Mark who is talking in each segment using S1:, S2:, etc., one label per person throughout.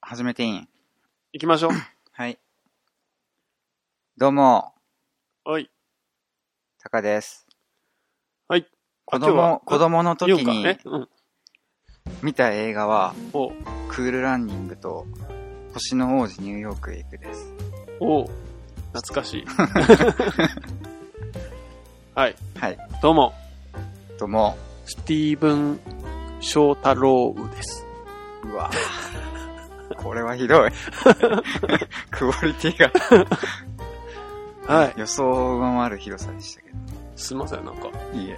S1: 始めていいん
S2: 行き ましょう。
S1: はい。どうも、
S2: はい。
S1: タカです。
S2: はい。
S1: 子供、子供の時
S2: 4
S1: に
S2: えうん。
S1: 見た映画は、
S2: おう
S1: クールランニングと、星の王子ニューヨークへ行くです。
S2: おう懐かし い。はい。
S1: はい。
S2: どうも、
S1: どうも、
S2: スティーブン・翔太郎です。
S1: うわこれはひどい。クオリティが
S2: はい。
S1: 予想を上回る広さでしたけど。
S2: すいません、なんか。い
S1: いいえ。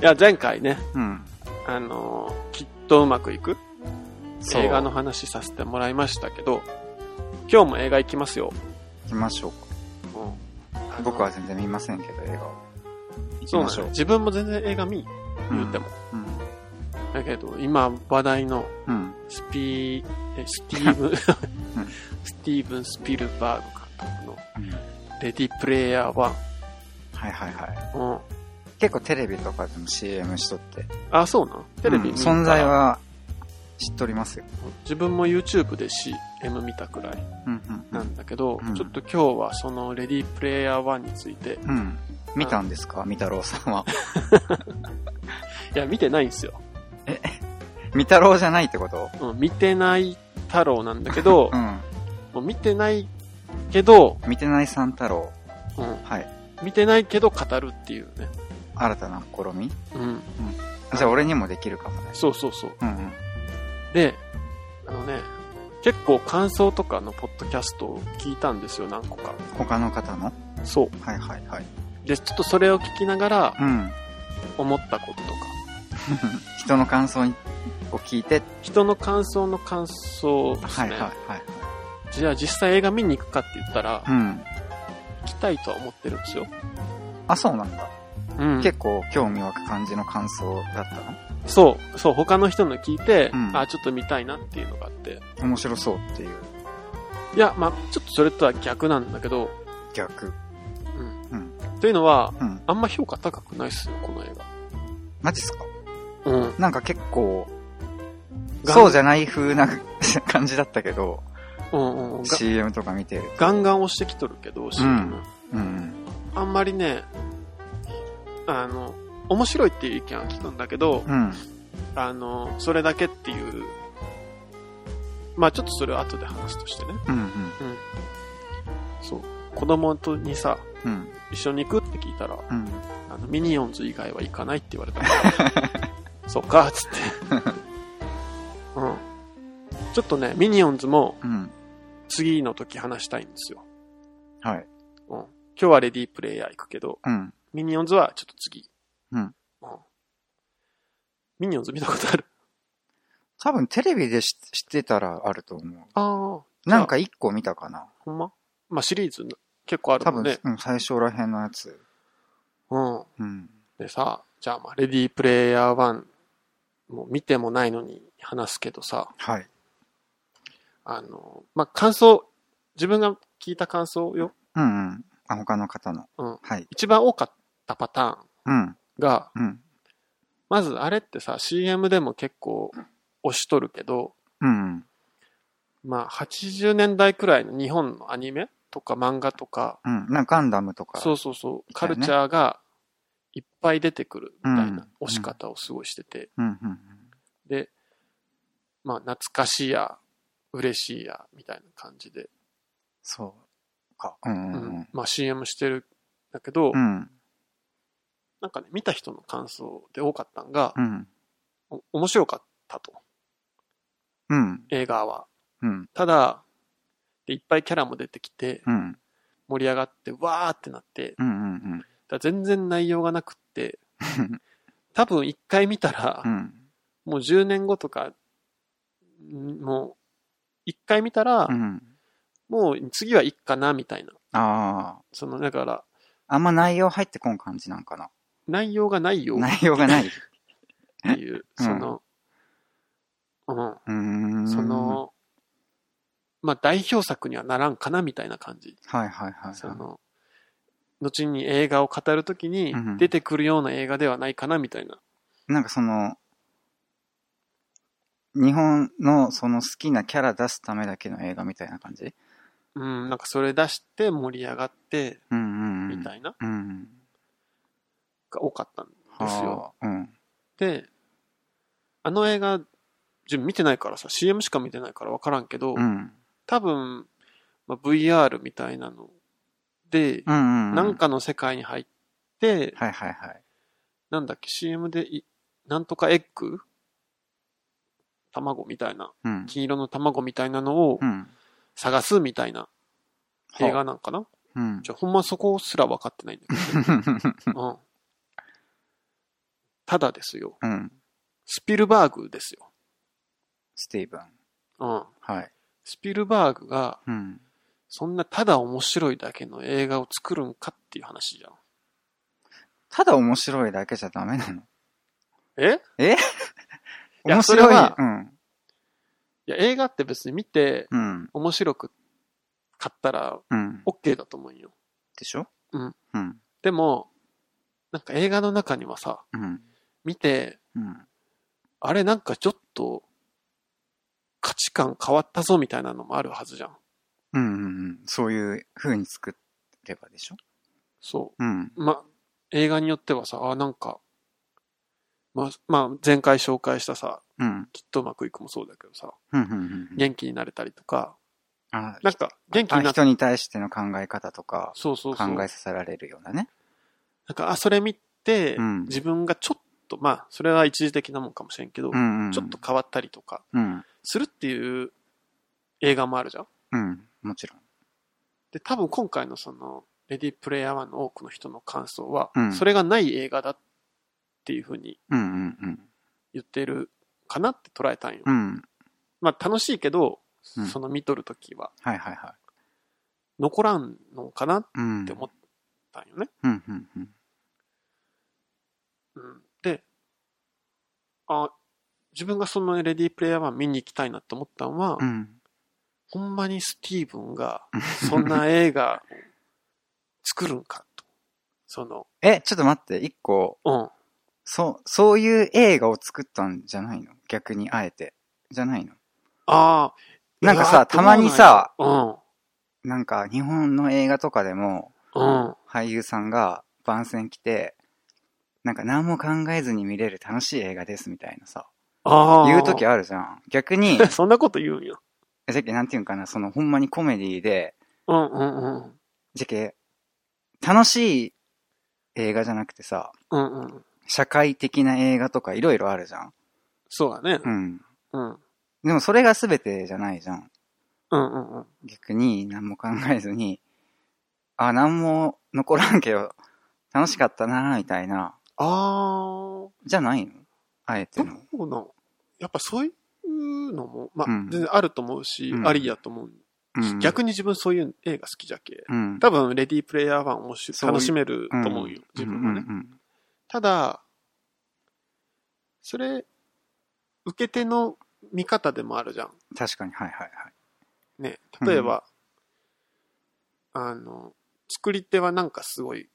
S2: や、前回ね、
S1: うん。
S2: あのーきっとうまくいく
S1: そう
S2: 映画の話させてもらいましたけど、今日も映画行きますよ。
S1: 行きましょうか。
S2: うんあの
S1: 僕は全然見ませんけど、映画を。行き
S2: そう
S1: ま
S2: なん
S1: しょ
S2: よ
S1: う。
S2: 自分も全然映画見ん、言っても。
S1: うん。
S2: だけど、今話題の
S1: うん。
S2: スピー、えスティーブン、ス
S1: うん
S2: ティーブン・スピルバーグ監督の
S1: うん。
S2: レディプレイヤー1。
S1: はいはいはい。
S2: うん。
S1: 結構テレビとかでも CM しとって。
S2: あ、そうなんテレビ
S1: うん
S2: 見たら
S1: 存在。は知っとりますよ。
S2: 自分も YouTube で CM 見たくらい
S1: うんうんう。
S2: なんんだけど、
S1: うん
S2: ちょっと今日はそのレディプレイヤー1について、
S1: うん。見たんですかみたろうさんは。
S2: いや、見てないんですよ。
S1: みたろうじゃないってこと
S2: うん、見てない太郎なんだけど、
S1: うん。
S2: もう見てないけど、
S1: 見てないさん太郎。
S2: うん、
S1: はい。
S2: 見てないけど語るっていうね。
S1: 新たな試み
S2: うん、
S1: じゃあ俺にもできるかもね。
S2: そうそうそう。
S1: うんうん。
S2: で、あのね、結構感想とかのポッドキャストを聞いたんですよ、何個か。
S1: 他の方の
S2: そう。
S1: はいはいはい。
S2: で、ちょっとそれを聞きながら
S1: うん。
S2: 思ったこととか、
S1: 人の感想を聞いて、
S2: 人の感想の感想です
S1: はい
S2: ね。
S1: はいはい。
S2: じゃあ実際映画見に行くかって言ったら、
S1: うん。
S2: 行きたいとは思ってるんですよ。
S1: あ、そうなんだ。
S2: うん
S1: 結構興味湧く感じの感想だったの
S2: そう、そう、他の人の聞いて、
S1: うん
S2: あ、ちょっと見たいなっていうのがあって。
S1: 面白そうっていう
S2: いや、まあちょっとそれとは逆なんだけど、
S1: 逆。
S2: うん。
S1: うん
S2: というのは、
S1: うん。
S2: あんま評価高くないっすよ、この映
S1: マジっすか
S2: 画。うん。
S1: なんか結構、
S2: ガン
S1: そうじゃない風な 感じだったけど、
S2: うんうんうん。が
S1: CM とか見てると。
S2: ガンガン押してきとるけど、CM
S1: うん。
S2: あんまりね、あの、面白いっていう意見は聞くんだけど、
S1: うん。
S2: あの、それだけっていう、まあちょっとそれは後で話すとしてね。
S1: うん。うん。
S2: そう。子供とにさ、
S1: うん。
S2: 一緒に行くって聞いたら、
S1: うん。
S2: あの、ミニオンズ以外は行かないって言われたから、そっか、つって。うん。ちょっとね、ミニオンズも
S1: うん。
S2: 次の時話したいんですよ。
S1: はい。
S2: うん。今日はレディープレイヤー行くけど、
S1: うん。
S2: ミニオンズはちょっと次。
S1: うん
S2: ミニオンズ見たことある
S1: 多分テレビでし知ってたらあると思
S2: ああ、
S1: う。なんか一個見たかな。
S2: ほんままあシリーズ結構ある
S1: 多
S2: もん
S1: 分、
S2: ね。
S1: うん、最初ら辺のやつ。
S2: うん。
S1: うん。
S2: でさ、じゃあまあレディープレイヤー1、もう見てもないのに話すけどさ、
S1: はい。
S2: あの、まあ感想、自分が聞いた感想よ。
S1: うんうん。あ、他の方の。
S2: うん。
S1: はい。
S2: 一番多かったパターン
S1: うん。
S2: が、
S1: うん。
S2: まずあれってさ、CM でも結構押しとるけど、
S1: うん。
S2: まあ80年代くらいの日本のアニメとか漫画とか、
S1: うん。なんかガンダムとか。。
S2: そううそうそう、
S1: だ
S2: カ
S1: よね
S2: ルチャーがいっぱい出てくるみた
S1: う
S2: いな
S1: ん
S2: 押し方をすごいしてて、
S1: うんうん
S2: で、まあ、懐かしいや、嬉しいや、みたいな感じで、
S1: そうか。うんう
S2: うん
S1: うん
S2: ん。まあ CM してるんだけど、
S1: うん。
S2: なんかね、見た人の感想で多かったんが
S1: う、ん。
S2: お面白かったと、
S1: うん。
S2: 映画は。
S1: うん。
S2: ただ、でいっぱいキャラも出てきて、
S1: うん。
S2: 盛り上がって、わーってなって、
S1: うんうんうん。
S2: だから全然内容がな くって、多分一回見たら
S1: う、ん。
S2: もう10年後とか、んもう、一回見たら、
S1: うん。
S2: もう次はいっかな、みたいな。
S1: ああ。
S2: その、だから、
S1: あんま内容入ってこん感じなんかな。
S2: 内容がないよっ
S1: 内容が ない。う
S2: ていう、
S1: うん
S2: その、うん、
S1: ーん。
S2: そ、の、まあ、代表作にはならんかな、みたいな感じ。
S1: はいはいはいはい。
S2: その、後に映画を語るときに
S1: うん
S2: 出てくるような映画ではないかな、みたいな。
S1: なんかその、日本のその好きなキャラ出すためだけの映画みたいな感じ
S2: うん、なんかそれ出して盛り上がって、
S1: うんうんうん。
S2: みたいな、
S1: うん。
S2: が多かったんですよ。
S1: はあ。うん。
S2: で、あの映画、自分見てないからさ、CM しか見てないから分からんけど、
S1: うん。
S2: 多分、まあ、VR みたいなので、
S1: うんうんうん。
S2: なん。かの世界に入って、
S1: はいはいはい。
S2: なんだっけ、CM でい、なんとかエッグ卵みたいな、
S1: うん。
S2: 金色の卵みたいなのを
S1: うん。
S2: 探すみたいな
S1: はあ
S2: 映画なんかな、
S1: うん。
S2: じゃほんまそこすら分かってないんだけ ど。うん。ただですよ。
S1: うん。
S2: スピルバーグですよ。
S1: スティーブン。
S2: うん。
S1: はい。
S2: スピルバーグが、
S1: うん。
S2: そんなただ面白いだけの映画を作るんかっていう話じゃん。
S1: ただ面白いだけじゃダメなの。
S2: えいや
S1: 面
S2: それ
S1: 白い。
S2: は
S1: うん。
S2: いや、映画って別に見て、
S1: うん。
S2: 面白く買ったら
S1: うん。
S2: OK だと思うんよ。
S1: でしょ
S2: うん。
S1: うん。
S2: でも、なんか映画の中にはさ、
S1: うん。
S2: 見て、
S1: うん。
S2: あれなんかちょっと価値観変わったぞみたいなのもあるはずじゃん。
S1: うんうんうん。そういう風に作ればでしょ
S2: そ
S1: うん。
S2: う。ま、映画によってはさ、あ、なんか、ま、まあ、前回紹介したさ、
S1: うん。
S2: きっとうまくいくもそうだけどさ、
S1: うん。うん。うん。
S2: 元気になれたりとか、
S1: あ
S2: なんか元気
S1: あ
S2: になっ
S1: 人に対しての考え方とか、
S2: そうそう
S1: 考
S2: そう。な
S1: え
S2: ん
S1: させられるようなね。
S2: か、あ、それ見て、
S1: うん
S2: 自分がちょっと、まあ、それは一時的なもんかもしれんけど、
S1: うんうん。
S2: ちょっと。変わったりとか、
S1: うん。
S2: するっていう映画もあるじゃん。
S1: うん。もちろん。
S2: で、多分今回のその、レディープレイヤー1の多くの人の感想は、
S1: うん
S2: それがない映画だっていうふうに
S1: うんうんうん。
S2: 言ってるかなって捉えたんよ。
S1: うん。
S2: まあ楽しいけど、
S1: うん
S2: その見とるときは
S1: はいはいはい。
S2: 残らんのかなっ
S1: うん。
S2: て思ったんよね。
S1: うんうんうん。
S2: うん、で、あ、自分がそのレディープレイヤー1見に行きたいなって思ったのは、
S1: うん。
S2: ほんまにスティーブ ンがそんな映画を作るんかと。その、
S1: え、ちょっと待って、一個、
S2: うん。
S1: そう、そういう映画を作ったんじゃないの逆にあえて。じゃないの
S2: ああ。
S1: なんか
S2: うわ
S1: さ、
S2: ーど
S1: た
S2: うな
S1: ま
S2: んや
S1: にさ、、
S2: うん。
S1: なんか日本の映画とかでも、
S2: うん。
S1: 俳優さんが番宣来て、なんか何も考えずに見れる楽しい映画ですみたいなさ、
S2: ああ。
S1: 言うとき
S2: は。
S1: あるじゃん。逆に、
S2: そんなこと言うんや。
S1: じゃけなんていうんかな、そのほんまにコメディで、
S2: うんうんうん。
S1: じゃけ、楽しい映画じゃなくてさ、
S2: うんうん。
S1: 社会的な映画とかいろいろあるじゃん。
S2: そうだね
S1: う。ん。
S2: うん。うん
S1: でもそれが全てじゃないじゃん。
S2: うんうん。
S1: 逆に何も考えずに、あ、何も残らんけど、楽しかったな、みたいな、
S2: ああ。
S1: じゃないのあえて
S2: ど
S1: の。
S2: うなんやっぱそういうのも、まあ、
S1: うん
S2: 全然あると思うし、
S1: うん
S2: ありやと思う。
S1: うん、
S2: 逆に自分そういう映画好きじゃけ。
S1: うん、
S2: 多分、レディープレイヤー1面
S1: そうい
S2: 白い
S1: う
S2: 楽しめると思うよ、自分はね。
S1: うんうん
S2: ただ、それ、受け手の見方でもあるじゃん。
S1: 確かに、はいはいはい。
S2: ね、例えば、あの、作り手はなんかすごい、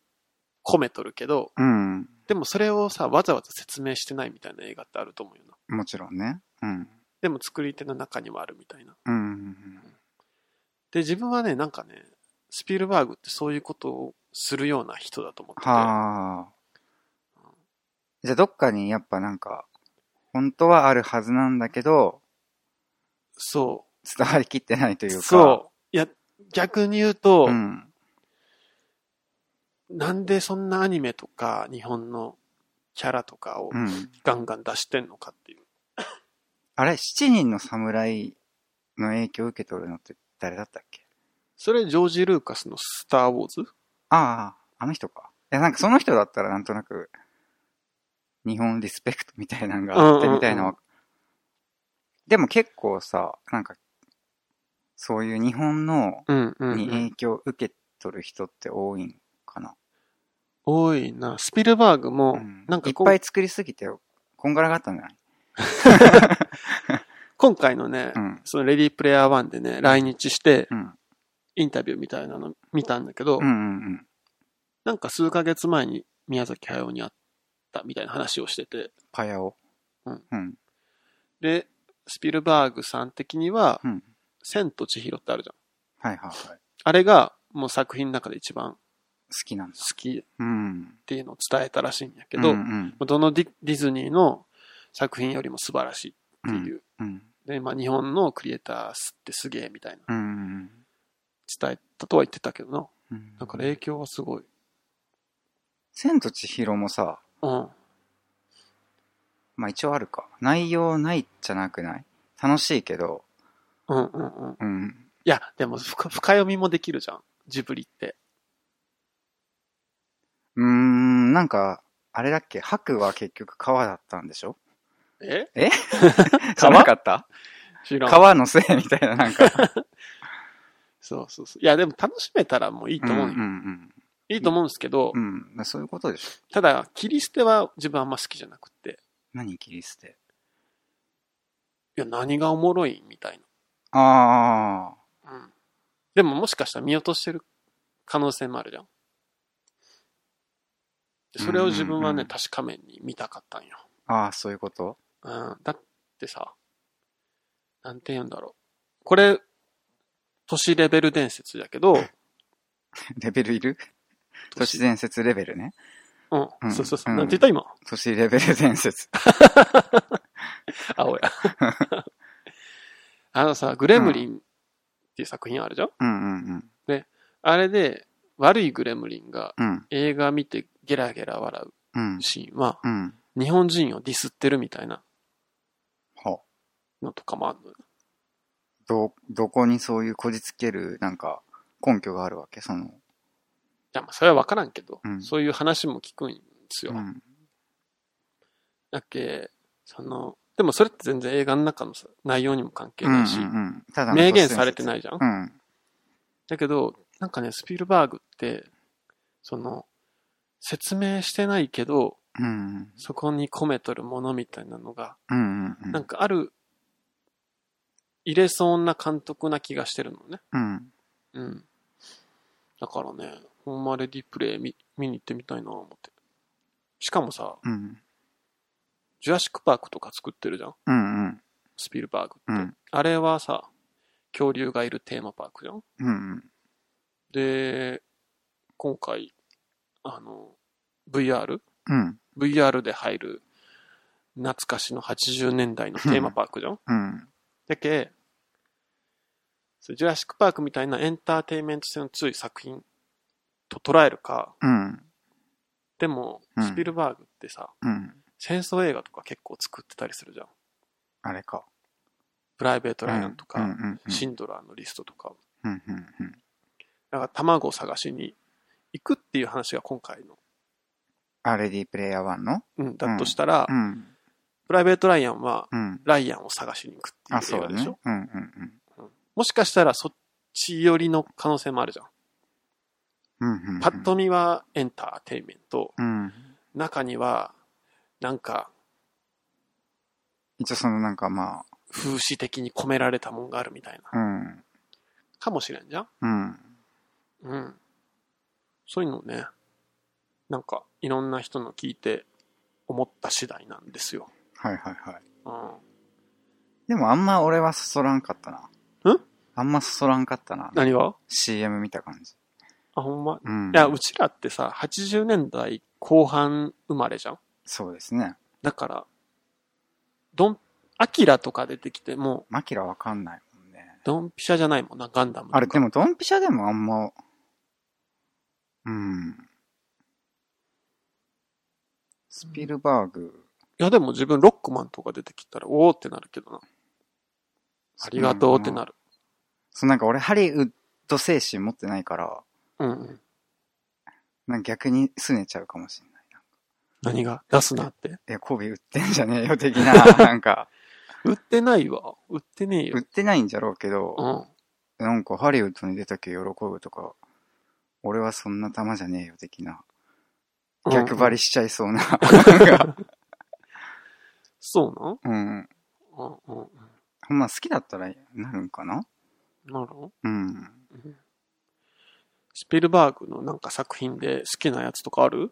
S2: 込めとるけど、
S1: うん。
S2: でもそれをさ、わざわざ説明してないみたいな映画ってあると思うよな。
S1: もちろんね。うん。
S2: でも作り手の中にはあるみたいな。
S1: うんうん
S2: で、自分はね、なんかね、スピルバーグってそういうことをするような人だと思ってて。
S1: はあ。じゃあどっかにやっぱなんか、本当はあるはずなんだけど、
S2: そ
S1: 伝わりきってないという
S2: う。
S1: か。
S2: そう。いや、逆に言うと、
S1: うん。
S2: なんでそんなアニメとか日本のキャラとかを
S1: うん。
S2: ガンガン出してんのかっていう。
S1: あれ、七人の侍の影響を受け取るのって誰だったっけ
S2: それジョージ・ルーカスのスター・ウォーズ
S1: ああ、あの人か。いや、なんかその人だったらなんとなく、日本リスペクトみたいなのがあってみたいな
S2: うんうんう
S1: わ。でも結構さ、なんか、そういう日本の
S2: うんうん、
S1: に影響を受け取る人って多いんかな。
S2: 多いな。スピルバーグも、
S1: うん
S2: なんか
S1: いっ
S2: こ
S1: ぱい作りすぎて、こんがらがったんじゃない
S2: 今回のね、
S1: うん。
S2: そのレディープレイヤー1でね、来日して
S1: うん。
S2: インタビューみたいなの見たんだけど、
S1: うんうん
S2: なんか数ヶ月前に宮崎駿に会ったみたいな話をしてて、
S1: パヤオ。
S2: うん
S1: うん。
S2: で、スピルバーグさん的には、
S1: うん。
S2: 千と千尋ってあるじゃん。
S1: はいはいはい。好
S2: あれが、もう作品の中で一番
S1: きなんだ。
S2: 好きっ
S1: うん。
S2: ていうのを伝えたらしいんやけど、
S1: うんうん
S2: どのディディズニーの作品よりも素晴らしい
S1: うん。
S2: っていう。
S1: うん。
S2: で、まあ日本のクリエイターってすげえみたいな
S1: うん。
S2: 伝えたとは言ってたけどな。
S1: うん。
S2: だから影響はすごい。
S1: 千と千尋もさ、
S2: うん。
S1: まあ一応あるか。内容ないじゃなくない楽しいけど、
S2: うんうんうん。
S1: うん。
S2: いや、でも深深読みもできるじゃん。ジブリって。
S1: うーん、なんか、あれだっけ白は結局川だったんでしょ
S2: え
S1: じゃなかった
S2: 知らん。
S1: 川のせいみたいな、なん か。
S2: そうそうそう。いや、でも楽しめたらもういいと思うよ。
S1: うんうん
S2: いいと思うんですけど、
S1: うん。うん。そういうことでしょ。
S2: ただ、切り捨ては自分あんま好きじゃなくて、
S1: 何切り捨て。
S2: いや、何がおもろいみたい
S1: ああ。
S2: な。うん。でももしかしたら見落としてる可能性もあるじゃん。でそれを自分は
S1: うんうんう
S2: ね、
S1: ん
S2: 確かめに見たかったんよ。
S1: ああ、そういうこと
S2: うん。だってさ、なんて言うんだろう。これ、都市レベル伝説だけど、
S1: レベルいる 都市伝説レベルね。
S2: うん、
S1: うん
S2: そうそうそうう。
S1: ん
S2: なんて言った今。
S1: 都市レベル伝説。
S2: あ、 おや。あのさ、グレムリンっていう作品あるじゃん、
S1: うんうん
S2: あれで、悪いグレムリンが
S1: うん。うん。
S2: 映画見てゲラゲラ笑
S1: うん
S2: う。シーンは、
S1: うん。
S2: 日本人をディスってるみたいな
S1: は
S2: のとかもあるのよ。
S1: ど、どこにそういうこじつける、なんか、根拠があるわけその。
S2: いや、まあ、それはわからんけど、
S1: うん
S2: そういう話も聞くんですよ。
S1: うん。
S2: だっけ、その、でもそれって全然映画の中のさ内容にも関係
S1: うんうんう
S2: ないし、
S1: ん。ただの。
S2: 明言されてないいじゃん、
S1: うん。
S2: だけど、なんかね、スピルバーグって、その、説明してないけど、
S1: うん。
S2: そこに込めとるものみたいなのが、
S1: うんうんうん。
S2: なんかある、入れそうな監督な気がしてるのね。
S1: うん。
S2: うん。だからね、ほんまレディプレイ見見に行ってみたいなと思って。しかもさ、
S1: うん。
S2: ジュラシックパークとか作ってるじゃん
S1: うんうん。
S2: スピルバーグ
S1: う
S2: って。
S1: ん
S2: あれはさ、恐竜がいるテーマパークじゃん
S1: うん。
S2: で、今回、あの、VR?VR
S1: うん。
S2: で入る懐かしの80年代のテーマパークじゃん
S1: うん。
S2: だけ、そうジュラシック・パークみたいなエンターテインメント性の強い作品と捉えるか、
S1: うん。
S2: でも
S1: う、ん
S2: スピルバーグってさ、
S1: うん。
S2: 戦争映画とか結構作ってたりするじゃん。
S1: あれか。
S2: プライベート・ライアンとか、
S1: うんうんうん。
S2: シンドラーのリストとか。
S1: うんうんうん。
S2: だから卵を探しに行くっていう話が今回の。
S1: あ、レディープレイヤー1の
S2: うん、だとしたら、
S1: うん。
S2: プライベート・ライアンは、
S1: うん。
S2: ライアンを探しに行く
S1: あ、
S2: って
S1: そ
S2: いう映
S1: う
S2: 画
S1: だ
S2: でし
S1: ね
S2: ょ。。
S1: うんうん
S2: もしかしたらそっち寄りの可能性もあるじゃん。
S1: うん。うんうんうん。
S2: パッと見はエンターテインメント、
S1: うん。
S2: 中には、なんか、
S1: 一応そのなんかま
S2: 風刺的に込められたもんがあるみたいな。
S1: あ、うん。
S2: かもしれんじゃん
S1: うん。
S2: うん。そういうのをね、なんか、いろんな人の聞いて、思った次第なんですよ。
S1: はいはいはい。
S2: うん。
S1: でもあんま俺はそそらんかったな。
S2: ん
S1: あんまそそらんかったな。
S2: 何が
S1: CM 見た感じ。
S2: あ、ほんま。
S1: うん。
S2: いや、うちらってさ、80年代後半生まれじゃん
S1: そうですね。
S2: だから、ドン、アキラとか出てきても、
S1: マキラわかんないもんね。
S2: ドンピシャじゃないもんな、ガンダムとか。
S1: あれ、でもドンピシャでもあんま、うん。スピルバーグ。
S2: いや、でも自分ロックマンとか出てきたら、おーってなるけどな。ありがとうってなる。
S1: そうなんか俺ハリウッド精神持ってないから、
S2: うんうん。
S1: なんか逆に拗ねちゃうかもしれない。
S2: 何が出すなって。
S1: いや、コビ売ってんじゃねえよ的 な、なんか、
S2: 売ってないわ。売ってねえよ
S1: 売っ。てないんじゃろうけど
S2: う、ん。
S1: なんかハリウッドに出たけ喜ぶとか、俺はそんな玉じゃねえよ的な、逆張り
S2: うん。
S1: しちゃいそうな、
S2: そうな
S1: うん。
S2: んうんうんうん。
S1: まあ好きだったらなるんかな
S2: なるほど
S1: うん。
S2: うんスピルバーグのなんか作品で好きなやつとかある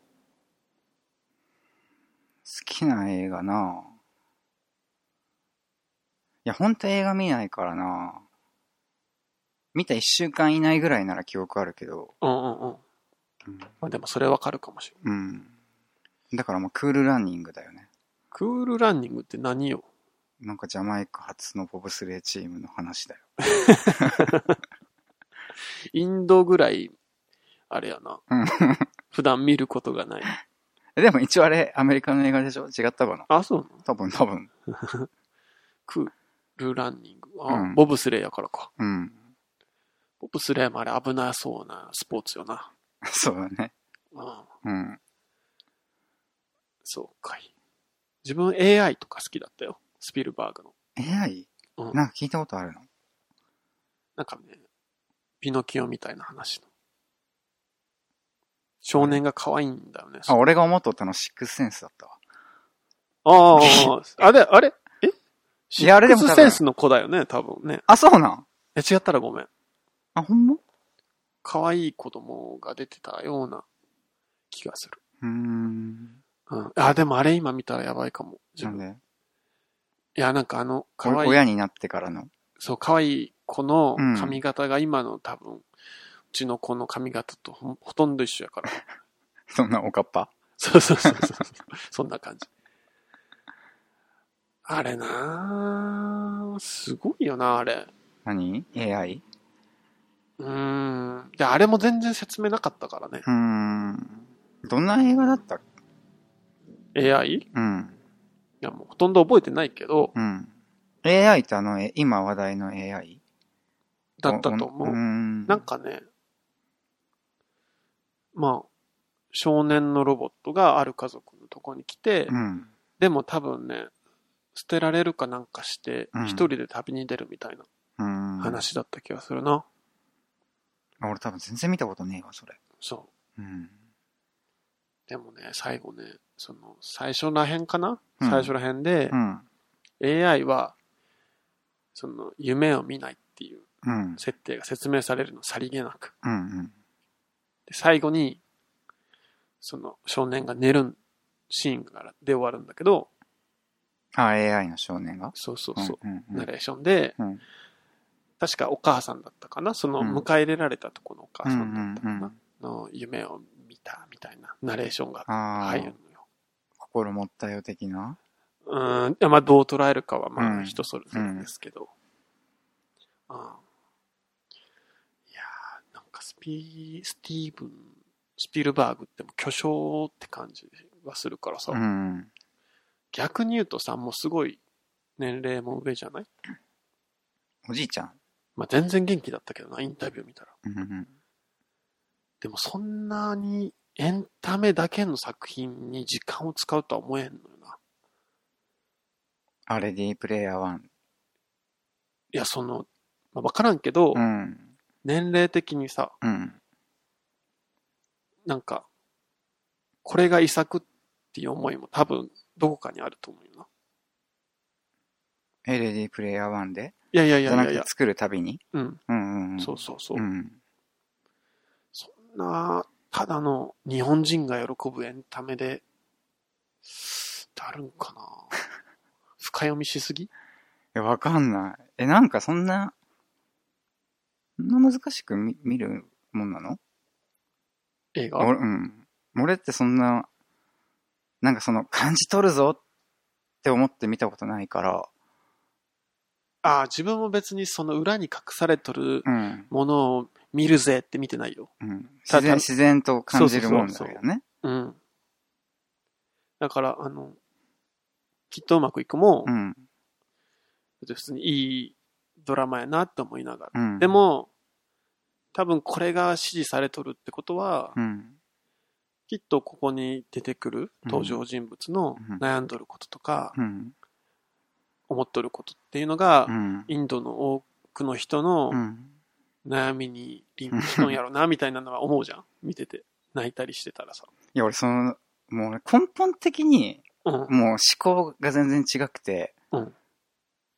S1: 好きな映画なぁや、ほんと映画見ないからな見た一週間以内ぐらいなら記憶あるけど、
S2: うんうんう
S1: う
S2: ん。
S1: ん。
S2: まあでもそれわかるかもしれない。
S1: うん、だからもうクールランニングだよね。
S2: クールランニングって何よ
S1: なんかジャマイカ初のボブスレーチームの話だよ。
S2: インドぐらい、あれやな
S1: うん。
S2: 普段見ることがない。
S1: えでも一応あれ、アメリカの映画でしょ違ったかな
S2: あ、そうなの
S1: 多分多分。
S2: クールランニング。あ、
S1: うん
S2: ボブスレーやからか。
S1: うん。
S2: ボブスレーもあれ危なそうなスポーツよな。
S1: そうだね。
S2: うん。
S1: うん。
S2: そうかい。自分 AI とか好きだったよ。スピルバーグの。
S1: AI?
S2: うん
S1: なんか聞いたことあるの
S2: なんかね、ピノキオみたいな話の。少年が可愛いんだよね。
S1: あ、俺が思っとったのシックスセンスだったわ。
S2: ああ、あれ、あれえ
S1: いやあれでも
S2: シ
S1: 多
S2: ッ
S1: 分
S2: クスセンスの子だよね、多分ね。
S1: あ、そうなん
S2: え、違ったらごめん。
S1: あ、ほんま
S2: 可愛い子供が出てたような気がする。
S1: うーん。
S2: うん。あ、でもあれ今見たらやばいかも。自
S1: なん
S2: 分。い
S1: で
S2: や、なんかあの、可
S1: お
S2: 愛い
S1: 親になってからの。
S2: そう、可愛い子の
S1: うん
S2: 髪型が今の多分、うちの子の髪型とほんほとんど一緒やから。
S1: そんなおかっぱ
S2: そうそうそうそう。そんな感じ。あれなぁ、すごいよな、あれ。
S1: 何 ?AI?
S2: うーん。で、あれも全然説明なかったからね。
S1: うーん。どんな映画だった
S2: AI? い
S1: うん。
S2: や、もうほとんど覚えてないけど、
S1: うん。AI ってあの、え今話題の AI?
S2: だったと思
S1: おおー
S2: う。
S1: ん。
S2: なんかね、まあ、少年のロボットがある家族のとこに来て、
S1: うん。
S2: でも多分ね、捨てられるかなんかして
S1: う、ん
S2: 一人で旅に出るみたいな
S1: うん。。
S2: 話だった気がするな。
S1: 俺多分全然見たことねえわ、それ。
S2: そう。
S1: うん。
S2: でもね、最後ね、その、最初らへんかな、
S1: うん
S2: 最初らへんで
S1: う、ん。
S2: AI は、その、夢を見ないっていう
S1: うん。
S2: 設定が説明されるの、さりげなく。
S1: うん。うん。
S2: で、最後に、その、少年が寝るシーンがで終わるんだけど、
S1: あ、AI の少年が
S2: そうそうそう、
S1: うん。うん
S2: ナレーションで、
S1: うん。
S2: 確かお母さんだったかなその、
S1: うん
S2: 迎え入れられたとこのお母
S1: うん。う
S2: さ
S1: ん
S2: んだった
S1: う
S2: か
S1: んう
S2: な、
S1: ん。
S2: の、夢を見たみたいなナレーションが
S1: あ
S2: 入るの
S1: あ
S2: よ。。
S1: 心もったよ的な
S2: うーん、いやまあどう捉えるかはま
S1: う
S2: あ
S1: ん
S2: 人それぞれですけど。うん。いやーなんかスピスティーブン、スピルバーグっても巨匠って感じはするからさ、
S1: うん。
S2: 逆に言うとさ、もうすごい年齢も上じゃない
S1: おじいちゃん。
S2: まあ全然元気だったけどな、インタビュー見たら。
S1: うんうん。
S2: でもそんなにエンタメだけの作品に時間を使うとは思えんのよな。
S1: あ、レディープレイヤー1。
S2: いや、その、まあ、わからんけど、
S1: うん。
S2: 年齢的にさ、
S1: うん。
S2: なんか、これが遺作っていう思いも多分どこかにあると思うよな。
S1: え、レディープレイヤー1で
S2: いやいやい
S1: じ
S2: や
S1: ゃ
S2: い
S1: な
S2: や
S1: く
S2: い
S1: て
S2: や、
S1: 作るたびに
S2: うん、
S1: うんうんうん。
S2: そうそうそう。
S1: うん。
S2: そんな、ただの日本人が喜ぶエンタメで、ってあるんかな 深読みしすぎ
S1: え、わかんない。え、なんかそんな、そんな難しく見見るもんなの
S2: 映画
S1: 俺、うん。俺ってそんな、なんかその、感じ取るぞって思って見たことないから、
S2: ああ、自分も別にその裏に隠されとる
S1: うん。
S2: ものを見るぜって見てないよ。
S1: うん、
S2: た
S1: 自
S2: だ
S1: 然、自然と感じるもんだ
S2: そうそう
S1: け
S2: そ
S1: どね。
S2: うん。だから、あの、きっとうまくいくも、
S1: うん。
S2: だって普通にいいドラマやなって思いながら。
S1: うん。
S2: で、も、多分これが支持されとるってことは、
S1: うん。
S2: きっとここに出てくる登場人物の
S1: うん
S2: 悩んどることとか、
S1: うん。
S2: 思っとることっていうのが
S1: う、ん。
S2: インドの多くの人の
S1: うん。
S2: 悩みにリンクしとんやろな、みたいなのは思うじゃん。見てて。泣いたりしてたらさ。
S1: いや、俺その、もう俺根本的に、
S2: うん。
S1: もう思考が全然違くて、
S2: うん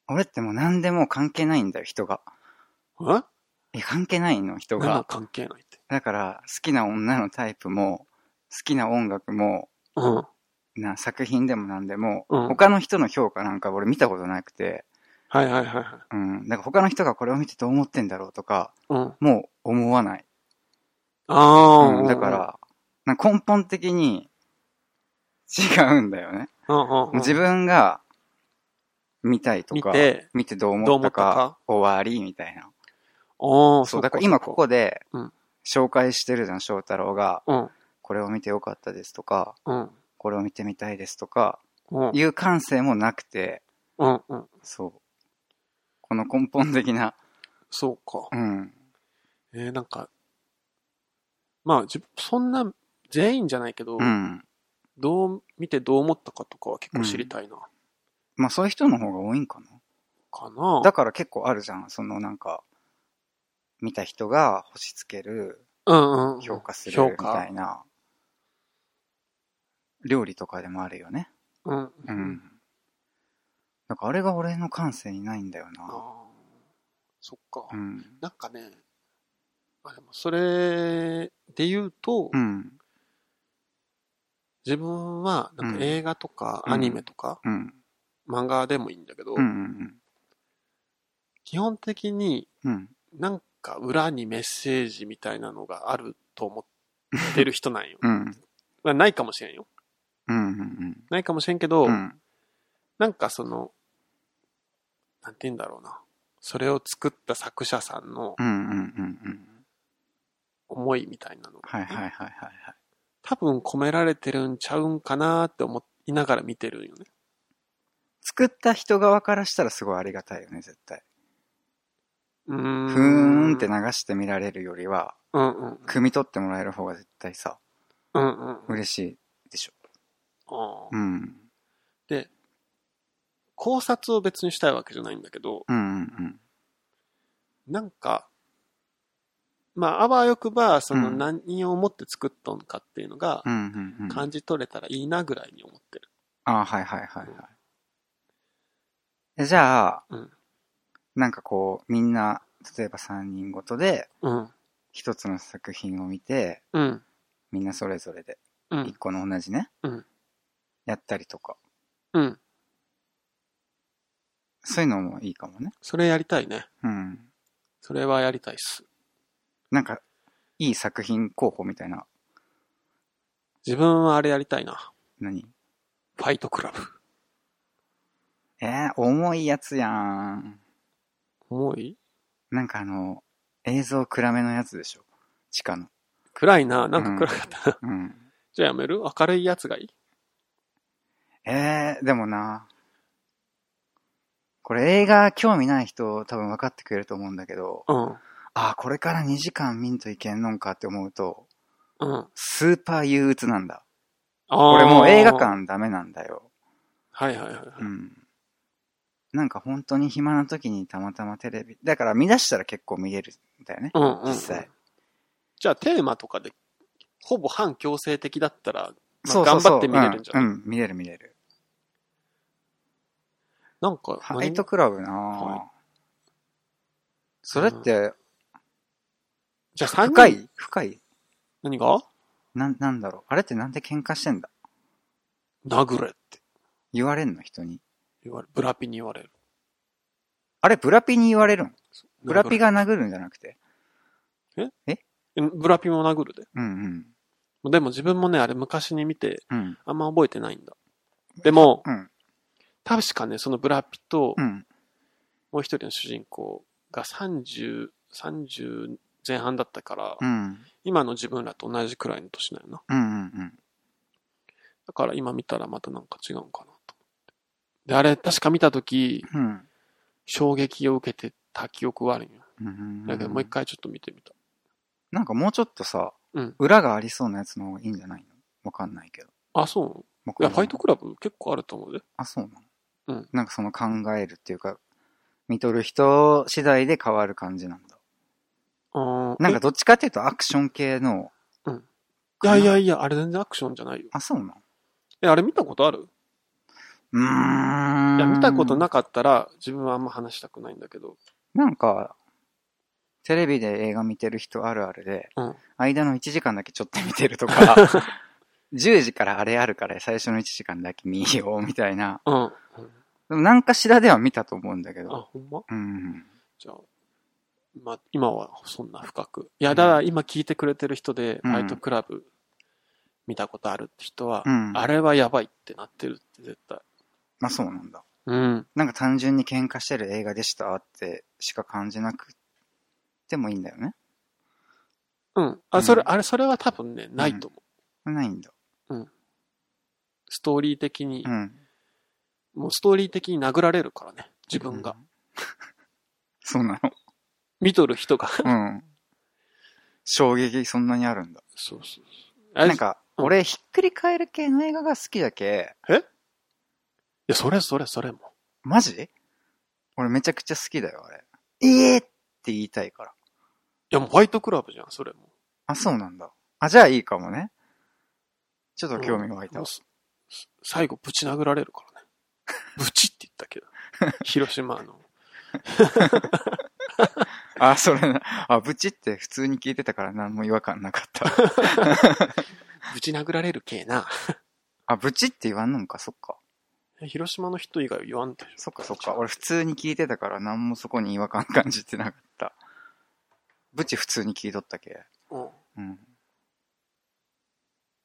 S1: 俺ってもう何でも関係ないんだよ、人が。
S2: え
S1: いや、関係ないの、人
S2: 何の
S1: が。
S2: 関係ないって。
S1: だから、好きな女のタイプも、好きな音楽も、
S2: うん。
S1: な作品でも何でも、
S2: うん
S1: 他の人の評価なんか俺見たことなくて、
S2: はいはいはいはい。
S1: うん。なんか他の人がこれを見てどう思ってんだろうとか、
S2: うん。あ
S1: もう思わない。
S2: あー、
S1: うんだから、なんか根本的に違うんだよね。
S2: うんうんうん、
S1: 自分が見たいと
S2: 見
S1: か、
S2: て、
S1: 見てどう
S2: どう
S1: 思っ
S2: 思ったた
S1: か
S2: か、
S1: 終わりみたいな。
S2: おー
S1: そ、
S2: そうう
S1: だから今こ、こで
S2: うん、
S1: 紹介してるじゃん、翔太郎が、
S2: うん、
S1: これを見てよかったですとか、
S2: うん、
S1: これを見てみたいですとか、
S2: うん、
S1: いう感性もなくて、
S2: うん、うん、
S1: そう。この根本的な、
S2: そうか。
S1: うん。
S2: えー、なんか、まあ、じそんな、全員じゃないけど、
S1: うん。
S2: どう見てどう思ったかとかは結構知りたいな、
S1: まあそういう人の方が多いんかな。
S2: かな。
S1: だから結構あるじゃん。そのなんか、見た人が星つける、
S2: うんうんうん。
S1: 評価する
S2: 評
S1: みた
S2: 価
S1: い。な。料理とかでもあるよね。
S2: うん。
S1: う。ん。なんかあれが俺の感性にないんだよ
S2: あ
S1: な。
S2: あ。そっか、
S1: うん。
S2: なんかね、あでもそれで言うと、
S1: うん。
S2: 自分はなん
S1: うん
S2: か映画とか
S1: うん
S2: アニメとか、
S1: うん。
S2: 漫画でもいいんだけど、
S1: うん。うん。
S2: 基本的に
S1: うん。
S2: なんか裏にメッセージみたいなのがあると思ってる人なんよ。
S1: うん。うん。
S2: まあないかもしれんよ。
S1: うん。
S2: ないかもしれんけど、
S1: うん。
S2: なんかその、なんて言うんだろうな。それを作った作者さんの
S1: うん。うん。うん。
S2: 思いみたいなのが、
S1: はいはいはいはい。はい
S2: 多分込められてるんちゃうんかなって思いながら見てるんよね。
S1: 作った人側からしたらすごいありがたいよね、絶対。
S2: うーん。
S1: ふーんって流。して見られるよりは、
S2: うんうん。
S1: 汲み取ってもらえる方が絶対さ、
S2: うんうん。うん
S1: 嬉しいでしょ。
S2: あ
S1: う
S2: ー
S1: ん。
S2: で、考察を別にしたいわけじゃないんだけど、
S1: うんうん
S2: なんか、まあ、あわよくば、その
S1: うん
S2: 何を思って作っとんかっていうのが
S1: うん。う、んうんうん。
S2: 感じ取れたらいいなぐらいに思ってる。
S1: ああ、はいはいはいはい。えじゃあ、
S2: うん
S1: なんかこう、みんな、例えば3人ごとで、
S2: うん。
S1: 一つの作品を見て、
S2: うん。
S1: みんなそれぞれで、
S2: う
S1: 一
S2: ん。
S1: 個の同じね、
S2: うん
S1: やったりとか、
S2: うん。
S1: そういうのもいいかもね。
S2: それやりたいね。
S1: うん。
S2: それはやりたいっす。
S1: なんか、いい作品候補みたいな、
S2: 自分はあれやりたいな。
S1: 何
S2: ファイトクラブ。
S1: えー、重いやつやん。
S2: 重い
S1: なんかあの、映像暗めのやつでしょ。地下 の。
S2: 暗いな。なんか暗かったな。
S1: うん。
S2: じゃあやめる明るいやつがいい
S1: えー、でもな、これ映画興味ない人多分分かってくれると思うんだけど、
S2: うん。
S1: ああ、これから2時間見んといけんのんかって思うと、
S2: うん。
S1: スーパー憂鬱なんだ。こ
S2: こ
S1: れもう映画。館ダメなんだよ。
S2: はいはいはいはい。
S1: うん。なんか本当に暇な時にたまたまテレビ、だから見出したら結構見えるんだよね。
S2: うんうん、うん。
S1: 実際。
S2: じゃあテーマとかで、ほぼ反強制的だったら、まあ
S1: そうそうそう。
S2: 頑張って見れるんじゃない
S1: うん、うん見れる見れる。
S2: なんか
S1: フ
S2: 何、
S1: ァイトクラブな、
S2: はい
S1: それって、
S2: じゃあ3人。
S1: 深い深い
S2: 何が
S1: なん、なんだろう。あれってなんで喧嘩してんだ
S2: 殴れって
S1: 言われんの人に。
S2: 言われる。ブラピに言われる。
S1: あれ、ブラピに言われるのブラピ
S2: が。
S1: が殴るんじゃなくて。
S2: ブラピも殴るで。
S1: うん
S2: でも自分もね、あれ昔に見て、
S1: うん。うん。
S2: あんま覚えてないんだ。でも、
S1: うん。
S2: 確かね、そのブラピと
S1: う、ん。
S2: もう一人の主人公が30、30前半だったから、
S1: うん。
S2: 今の自分らと同じくらいの年なんよ
S1: う
S2: な。
S1: ん。うん。
S2: だから今見たらまたなんか違うんかなと思って。で、あれ確か見たとき、
S1: うん。
S2: 衝撃を受けてた記憶はあるんよ。
S1: うん。
S2: だけどもう一。回ちょっと見てみた。
S1: なんかもうちょっとさ、
S2: うん
S1: 裏がありそうなやつの方がいいんじゃないのわかんないけど。
S2: あ、そう
S1: わか
S2: い
S1: ん
S2: や、
S1: な
S2: ファイトクラブ結構あると思うで。
S1: あ、そうなの
S2: うん
S1: なんかその考えるっていうか、見とる人次第で変わる感じなんだ。
S2: あー
S1: なんかどっちかっていうとアクション系の。
S2: うんえいや
S1: か
S2: い
S1: な。
S2: やいや、あれ全然アクションじゃないよ。
S1: あ、そうなの
S2: え、あれ見たことある
S1: うーん。
S2: いや、見たことなかったら自分はあんま話したくないんだけど。
S1: なんか、テレビで映画見てる人あるあるで、
S2: うん。
S1: 間の1時間だけちょっと見てると か、10時からあれあるから最初の1時間だけ見ようみたいな
S2: うん。
S1: でも何かしらでは見たと思うんだけ
S2: あ
S1: ど。、
S2: ほんま
S1: うん。
S2: じゃあ、まあ、今はそんな深く。いや、だから今聞いてくれてる人で、
S1: うん
S2: ファイトクラブ見たことあるって人は
S1: う、ん。
S2: あれはやばいってなってるって絶対。
S1: まあそうなんだ。
S2: うん。
S1: なんか単純に喧嘩してる映画でしたってしか感じなくてもいいんだよね。
S2: うん。あ、それ、あれ、それは多分ね、ないと思う。
S1: ないんだ。
S2: ストーリー的に
S1: う、ん。
S2: もうストーリー的に殴られるからね、自分が
S1: う。ん。 そうなの。
S2: 見とる人が。
S1: うん。衝撃そんなにあるんだ。
S2: そうそうそう。あれ
S1: なんか、
S2: うん
S1: 俺、ひっくり返る系の映画が好きだけ、
S2: いや、それそれそれも。
S1: マジ俺めちゃくちゃ好きだよ、あれ。ええって言いたいから。
S2: いや、もうホワイトクラブじゃん、それも。
S1: あ、そうなんだ。あ、じゃあいいかもね。ちょっと興味が湧いた
S2: もう。すす最後、ぶち殴られるから ね。ぶちって言ったけど。広島の。
S1: あ、それな。あ、ブチって普通に聞いてたから何も違和感なかった。
S2: ぶち殴られる系な。
S1: あ、ブチって言わんのか、そっか。
S2: 広島の人以外は言わんでしょ。
S1: そっかそっか。俺普通に聞いてたから何もそこに違和感感じてなかった。ブチ普通に聞いとったけ。
S2: うん。
S1: うん。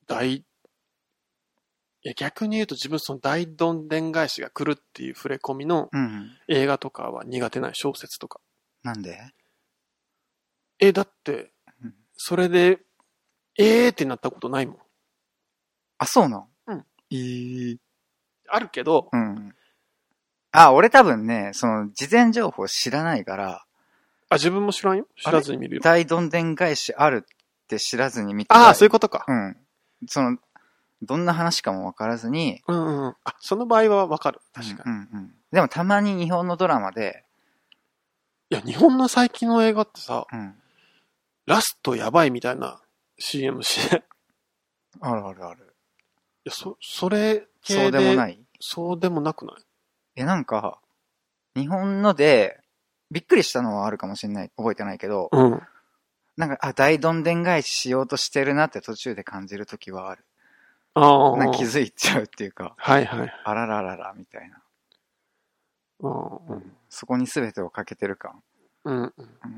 S2: 大、いや、逆に言うと自分その大どんでん返しが来るっていう触れ込みの
S1: うん。
S2: 映画とかは苦手ない小説とか。
S1: なんで
S2: え、だって
S1: うん、
S2: それで、えーってなったことないもん。
S1: あ、そうなん
S2: うん。
S1: えー
S2: あるけど、
S1: うん。あ、俺多分ね、その、事前情報知らないから、
S2: あ、自分も知らんよ。知らずに見るよ。
S1: 大どんでん返しあるって知らずに見て
S2: ああ、そういうことか。
S1: うん。その、どんな話かもわからずに、
S2: うんうんうん。あ、その場合はわかる。確かに。
S1: うんうんうん。でもたまに日本のドラマで、
S2: いや、日本の最近の映画ってさ、
S1: うん。
S2: ラストやばいみたいな CM して、い
S1: あるあるある。
S2: や、そ、それ系。
S1: そうでもないい
S2: そうでもなくない
S1: え、なんか、日本ので、びっくりしたのはあるかもしれない。覚えてないけど、
S2: うん。
S1: なんか、あ、大どんでん返ししようとしてるなって途中で感じるときはある。
S2: ああ。
S1: なんか気づいちゃうっていうか、
S2: はいはい。
S1: あらららら、みたいな。
S2: うんうん
S1: そこに全てをかけてる感。
S2: うん、
S1: うん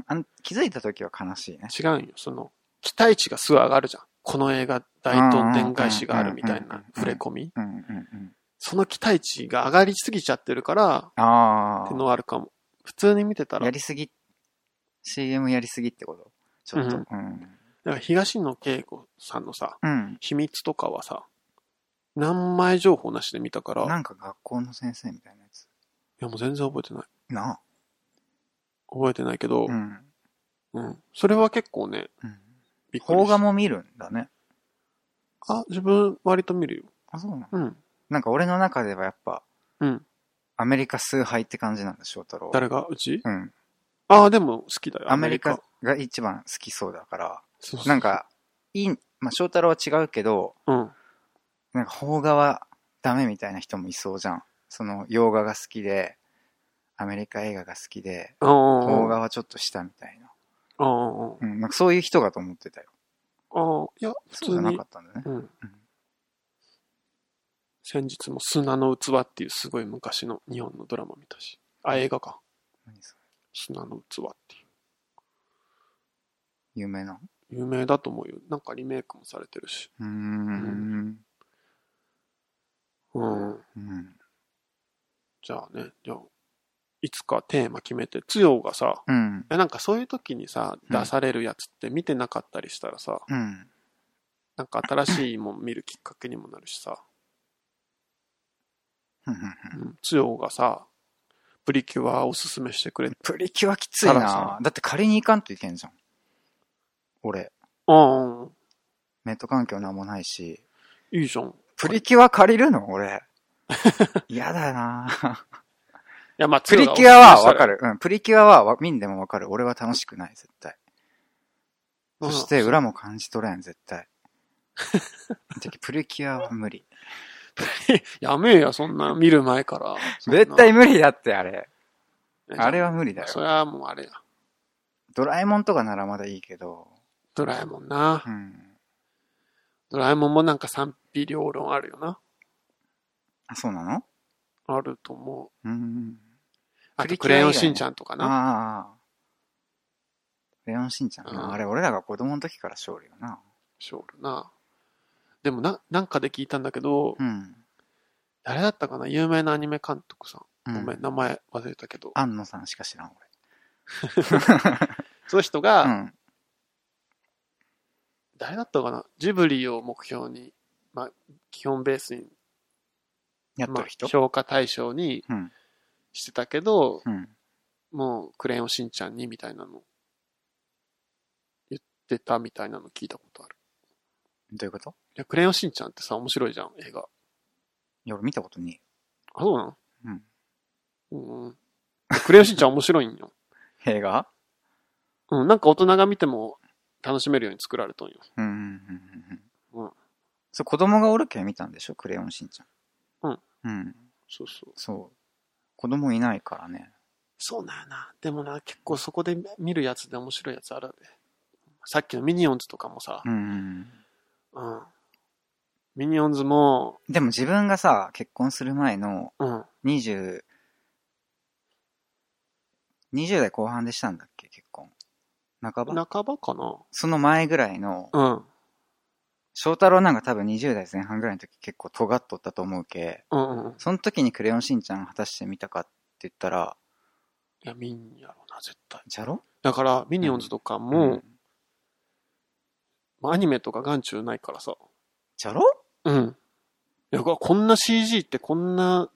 S1: あん気づいたときは悲しいね。
S2: 違うんよ。その、期待値がすごい上がるじゃん。この映画、大どんでん返しがあるみたいな触れ込み。
S1: うんうんうん。
S2: その期待値が上がりすぎちゃってるから、
S1: あ
S2: ってのはあるかも。普通に見てた
S1: あ。
S2: ら、
S1: や
S2: だ
S1: りすぎ、CM やりすぎってことちょっと。うん。
S2: から東野圭吾さんのさ、
S1: うん。
S2: 秘密とかはさ、何枚情報なしで見たから、
S1: なんか学校の先生みたいなやつ。
S2: いやもう全然覚えてない。
S1: なあ。
S2: 覚えてないけど
S1: う、ん。
S2: うん。それは結構ね、
S1: うん。
S2: びっくり
S1: 邦
S2: した
S1: 画も見るんだね。
S2: あ、自分割と見るよ。
S1: あ、そうなの
S2: うん。
S1: なんか俺の中ではやっぱ、
S2: うん。
S1: アメリカ崇拝って感じなんだ、翔太郎。
S2: 誰がうち
S1: うん。
S2: ああ、でも好きだよ。
S1: アメリカが一番好きそうだから、
S2: そうそう
S1: なんか、いい、まあ翔太郎は違うけど、
S2: うん。
S1: なんか邦画はダメみたいな人もいそうじゃん。その、洋画が好きで、アメリカ映画が好きで、邦
S2: 邦
S1: 画はちょっと下みたいな。
S2: あー
S1: うん、なんかそういう人かと思ってたよ。
S2: あー、いや、普通
S1: そうじゃな
S2: に
S1: かっ。たんだね。
S2: うん。先日も砂の器っていうすごい昔の日本のドラマ見たし。あ、映画か。
S1: 何それ
S2: 砂の器ってい
S1: 有名な
S2: う。有名だと思うよ。なんかリメイクもされてるし。
S1: うーん。
S2: うん。
S1: うん。
S2: じゃあね、じゃあ、いつかテーマ決めて、つよがさ、
S1: うん。
S2: えなんかそういう時にさ、
S1: うん
S2: 出されるやつって見てなかったりしたらさ、
S1: うん。
S2: なんか新しいもん見るきっかけにもなるしさ、うん、つよがさ、プリキュアをおすすめしてくれて、
S1: プリキュアきつい
S2: タラさ
S1: なだって借りに行かんといけんじゃん。俺、
S2: うんうん、
S1: ネット環境なんもないし。
S2: いいじゃん。い
S1: プリキュア借りるの 俺。嫌だな
S2: や、まあ、
S1: プリキュアはわかる。
S2: る。
S1: うん。プリキュアはわ見んでもわかる。俺は楽しくない、絶対。そして裏も感じ取れん、絶対。てかプリキュアは無理。
S2: やめえや、そんな、見る前から。そんな
S1: 絶対無理だって、あれ。
S2: ね
S1: あれは無理だよ。
S2: それはもうあれや。
S1: ドラえもんとかならまだいいけど。
S2: ドラえもんな
S1: う。ん。
S2: ドラえもんもなんか賛否両論あるよな。
S1: あ、そうなの
S2: あると思う。
S1: うん。
S2: あ
S1: プリ
S2: と、
S1: キ
S2: ク
S1: ュア以外
S2: レヨ
S1: ね
S2: ンしんちゃんとかな。
S1: ああ。レオンしんちゃんな、
S2: うん
S1: あれ、俺らが子供の時から勝利よな。
S2: ショールな。でもな、なんかで聞いたんだけど、
S1: うん。
S2: 誰だったかな有名なアニメ監督さん。
S1: う
S2: ごめん、名前忘れたけど。
S1: 安野さんしか知らん、
S2: その人
S1: 俺。う
S2: が、
S1: ん。
S2: 誰だったかなジブリを目標に、まあ、基本ベースに、
S1: やっ
S2: ま
S1: と
S2: あ
S1: る人、
S2: 評価対象に
S1: うん。
S2: してたけど、
S1: うん。
S2: もう、クレヨンしんちゃんにみたいなの、言ってたみたいなの聞いたことある。
S1: どういうこと
S2: いや、クレヨンしんちゃんってさ、面白いじゃん、映画。
S1: いや、俺見たことね
S2: あ、そうなの
S1: えよ。
S2: うんうん。クレヨンしんちゃん面白いんよ。
S1: うん。映画
S2: うん、なんか大人が見ても楽しめるように作られとんよ。
S1: うんうんうんうんう
S2: うん
S1: ん。そう、子供がおるけん見たんでしょクレヨンしんちゃん。
S2: うん。
S1: うん。
S2: そうそう。
S1: そう。子供いないからね。
S2: そうなんやな。でもな、結構そこで見るやつで面白いやつあるで。さっきのミニオンズとかもさ
S1: う、ん。
S2: うん。ミニオンズも、
S1: でも自分がさ、結婚する前の
S2: うん。
S1: 20、20代後半でしたんだっけ結婚。半ば
S2: 半ばかな
S1: その前ぐらいの、
S2: うん。
S1: 翔太郎なんか多分20代前半ぐらいの時結構尖っとったと思うけ、
S2: うんうんうん。い
S1: その時にクレヨンしんちゃん果たして見たかって言ったら、
S2: や、見んやろな、絶対。
S1: じゃろ
S2: だから、ミニオンズとかも、
S1: ん
S2: まあアニメとか眼中ないからさ。
S1: じゃろ
S2: うん。いや、うわこんな CG ってこんな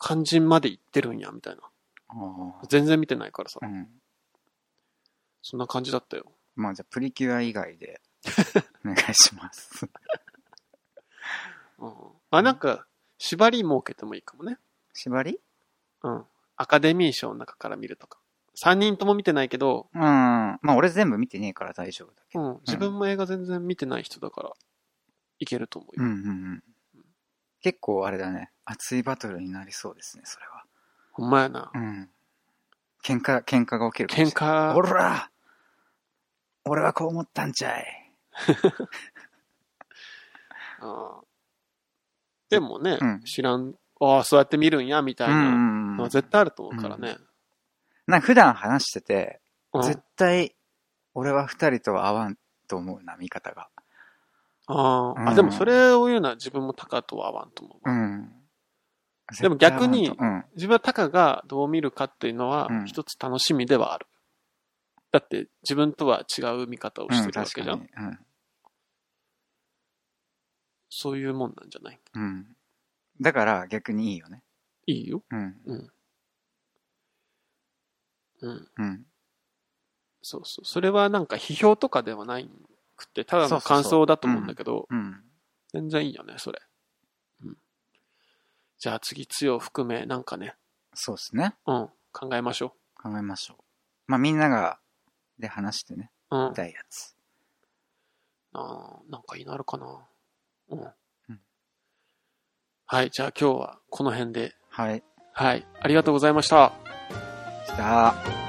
S2: 肝心までいってるんや、みたいな。
S1: ああ。
S2: 全然見てないからさ
S1: う。ん。
S2: そんな感じだったよ。
S1: まあじゃあプリキュア以外 でお願いします。
S2: うん。あ、なんか、縛り設けてもいいかもね。
S1: 縛り
S2: うん。アカデミー賞の中から見るとか。3人とも見てないけど、
S1: うん。まあ俺全部見てねえから大丈夫だけ
S2: う
S1: ど。
S2: ん。自分も映画全然見てない人だから、いけると思う
S1: う
S2: よ。
S1: んうんうん。結構あれだね。熱いバトルになりそうですね、それは。
S2: ほんまやな
S1: う。ん。喧嘩、喧嘩が起きるかもしれ
S2: 喧
S1: ない。
S2: 嘩
S1: ほ、ら俺はこう思ったんちゃい。
S2: うんでもね、
S1: うん
S2: 知らん、ああ、そうやって見るんや、みたい
S1: うん
S2: な
S1: うん
S2: の
S1: う
S2: は
S1: ん。
S2: 絶対あると思うからね。
S1: なんか普段話してて、
S2: うん
S1: 絶対、俺は二人とは合わんと思うな、見方が。
S2: あー
S1: う
S2: あ、
S1: ん
S2: でもそれを言うのは自分もタカとは合わんと思う。
S1: うん。
S2: でも逆に
S1: 絶対合わんと
S2: 自分はタカがどう見るかっていうのは
S1: うん
S2: 一つ楽しみではある。だって自分とは違う見方を
S1: うん、
S2: し
S1: う
S2: て
S1: ん、
S2: るわ
S1: 確
S2: け
S1: か
S2: じゃん。
S1: に。うん。
S2: そういうもんなんじゃない
S1: うん。だから逆にいいよね。
S2: いいよ。
S1: うん。
S2: うん。
S1: うん。
S2: そうそう。それはなんか批評とかではないくって、ただ
S1: そう
S2: の
S1: そうそう
S2: 感想だと思うんだけど、
S1: うん。
S2: 全然いいよね、それ。うん。じゃあ次、つよ含め、なんかね、
S1: そうですね。
S2: うん、考えましょ
S1: 考えましょう。まあみんなが、で話してね、
S2: う。うん。
S1: 見たいやつ。
S2: あーなんかいいなるかな。うん。
S1: ん
S2: はい、じゃあ今日はこの辺で。
S1: はい。
S2: はい、ありがとうございました。
S1: きた